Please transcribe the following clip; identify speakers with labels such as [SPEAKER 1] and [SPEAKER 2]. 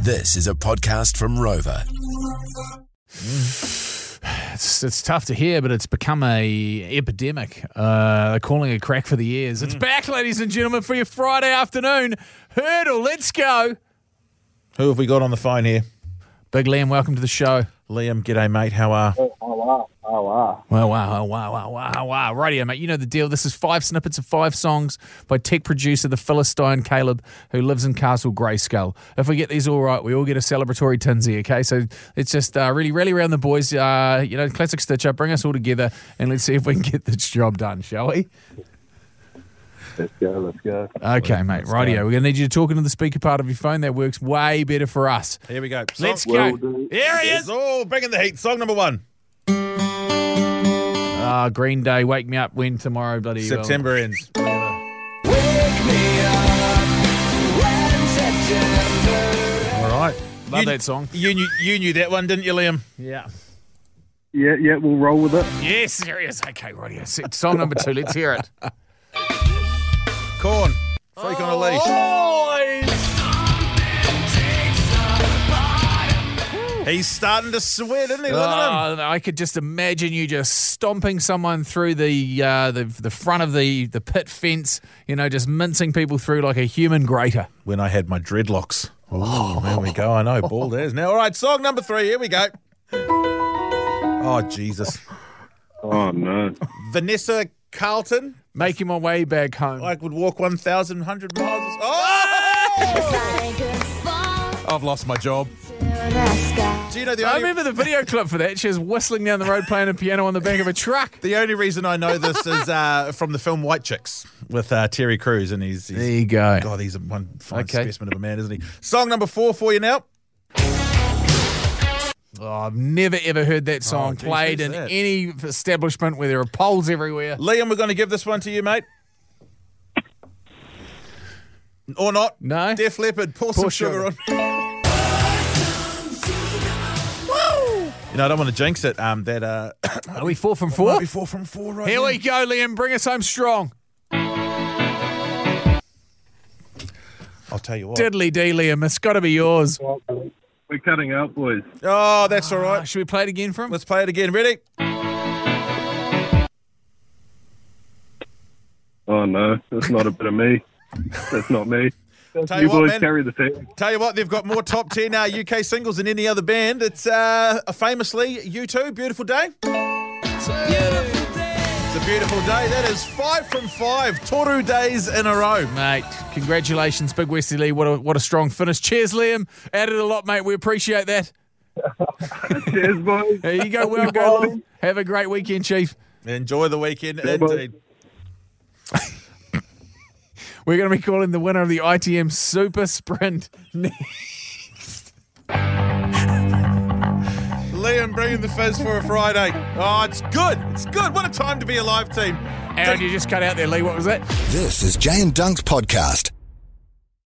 [SPEAKER 1] This is a podcast from Rover.
[SPEAKER 2] It's, it's tough to hear, but it's become a epidemic. Uh, they're calling it crack for the ears. It's back, ladies and gentlemen, for your Friday afternoon hurdle. Let's go,
[SPEAKER 3] Who have we got on the phone here?
[SPEAKER 2] Big Liam. Welcome to the show.
[SPEAKER 3] Liam, g'day, mate. How are?
[SPEAKER 2] Wow, wow, wow, wow, wow, wow, wow. Radio, mate. You know the deal. This is five snippets of five songs by tech producer the Philistine Caleb, who lives in Castle Grayskull. If we get these all right, we all get a celebratory tinsy, okay? So it's just uh, really rally around the boys, uh, you know, classic stitch up, bring us all together, and let's see if we can get this job done, shall we?
[SPEAKER 4] Let's go, let's go.
[SPEAKER 2] Okay, mate. Radio. We're going to need you to talk into the speaker part of your phone. That works way better for us.
[SPEAKER 3] Here we go. Song-
[SPEAKER 2] Let's go.
[SPEAKER 4] Will do.
[SPEAKER 2] Here he
[SPEAKER 3] Yes,
[SPEAKER 2] is.
[SPEAKER 3] oh, bringing the heat. Song number one.
[SPEAKER 2] Ah, Green Day, wake me up when tomorrow bloody will.
[SPEAKER 3] September ends. All right.
[SPEAKER 2] Love
[SPEAKER 3] you,
[SPEAKER 2] that song.
[SPEAKER 3] You knew, you knew that one, didn't you, Liam?
[SPEAKER 2] Yeah.
[SPEAKER 4] Yeah, yeah, we'll roll with it.
[SPEAKER 2] Yes, there he is. Okay, radio. S- Song number two. Let's hear it.
[SPEAKER 3] Corn. Freak on a leash. He's starting to sweat, isn't he? Look at him.
[SPEAKER 2] Oh, I could just imagine you just stomping someone through the uh, the the front of the the pit fence. You know, just mincing people through like a human grater.
[SPEAKER 3] When I had my dreadlocks. Oh, there we go. I know. Bald as now. All right, song number three. Here we go. Oh, Jesus.
[SPEAKER 4] Oh, no.
[SPEAKER 3] Vanessa Carlton.
[SPEAKER 2] Making my way back home.
[SPEAKER 3] I would walk 1,100 miles. Oh! I've lost my job. Do you know the
[SPEAKER 2] I
[SPEAKER 3] only,
[SPEAKER 2] remember the video clip for that. She was whistling down the road playing a piano on the back of a truck.
[SPEAKER 3] the only reason I know this is uh, from the film White Chicks with uh, Terry Crews, and he's,
[SPEAKER 2] There
[SPEAKER 3] he's
[SPEAKER 2] you go.
[SPEAKER 3] God, he's a one fine
[SPEAKER 2] Okay.
[SPEAKER 3] specimen of a man, isn't he? Song number four for you now.
[SPEAKER 2] Oh, I've never ever heard that song
[SPEAKER 3] Oh, geez,
[SPEAKER 2] played
[SPEAKER 3] who's
[SPEAKER 2] in
[SPEAKER 3] that?
[SPEAKER 2] any establishment where there are poles everywhere.
[SPEAKER 3] Liam, we're going to give this one to you, mate. Or not?
[SPEAKER 2] No.
[SPEAKER 3] Def Leppard, pour, some
[SPEAKER 2] Pour
[SPEAKER 3] sugar, on. You know, I don't want to jinx it. Um, that uh,
[SPEAKER 2] Are we four from four?
[SPEAKER 3] might be four from four, right?
[SPEAKER 2] Here
[SPEAKER 3] now.
[SPEAKER 2] we go, Liam. Bring us home strong.
[SPEAKER 3] I'll tell you what.
[SPEAKER 2] Diddly dee, Liam. It's got to be yours.
[SPEAKER 4] We're cutting out, boys.
[SPEAKER 3] oh, that's all
[SPEAKER 2] Uh,
[SPEAKER 3] right.
[SPEAKER 2] should we play it again for him?
[SPEAKER 3] Let's play it again. Ready?
[SPEAKER 4] Oh, no, that's not a bit of me. That's not me.
[SPEAKER 3] Tell you
[SPEAKER 4] you
[SPEAKER 3] what,
[SPEAKER 4] boys
[SPEAKER 3] man.
[SPEAKER 4] carry the team.
[SPEAKER 3] Tell you what, they've got more top 10 uh, UK singles than any other band. It's uh, famously You Too, Beautiful Day. It's a beautiful day. That is five from five. Toru days in a row.
[SPEAKER 2] Mate, congratulations, Big Westy Lee. What a, what a strong finish. Cheers, Liam. Added a lot, mate. We appreciate that.
[SPEAKER 4] Cheers, boys.
[SPEAKER 2] There you go. Well, go along. Have a great weekend, Chief.
[SPEAKER 3] Enjoy the weekend.
[SPEAKER 4] bye.
[SPEAKER 3] Indeed.
[SPEAKER 2] We're going to be calling the winner of the ITM Super Sprint.
[SPEAKER 3] Liam bringing the fizz for a Friday. Oh, it's good. It's good. What a time to be alive, team.
[SPEAKER 2] Aaron, you just cut out there, Lee. What was that?
[SPEAKER 1] This is Jay and Dunk's podcast.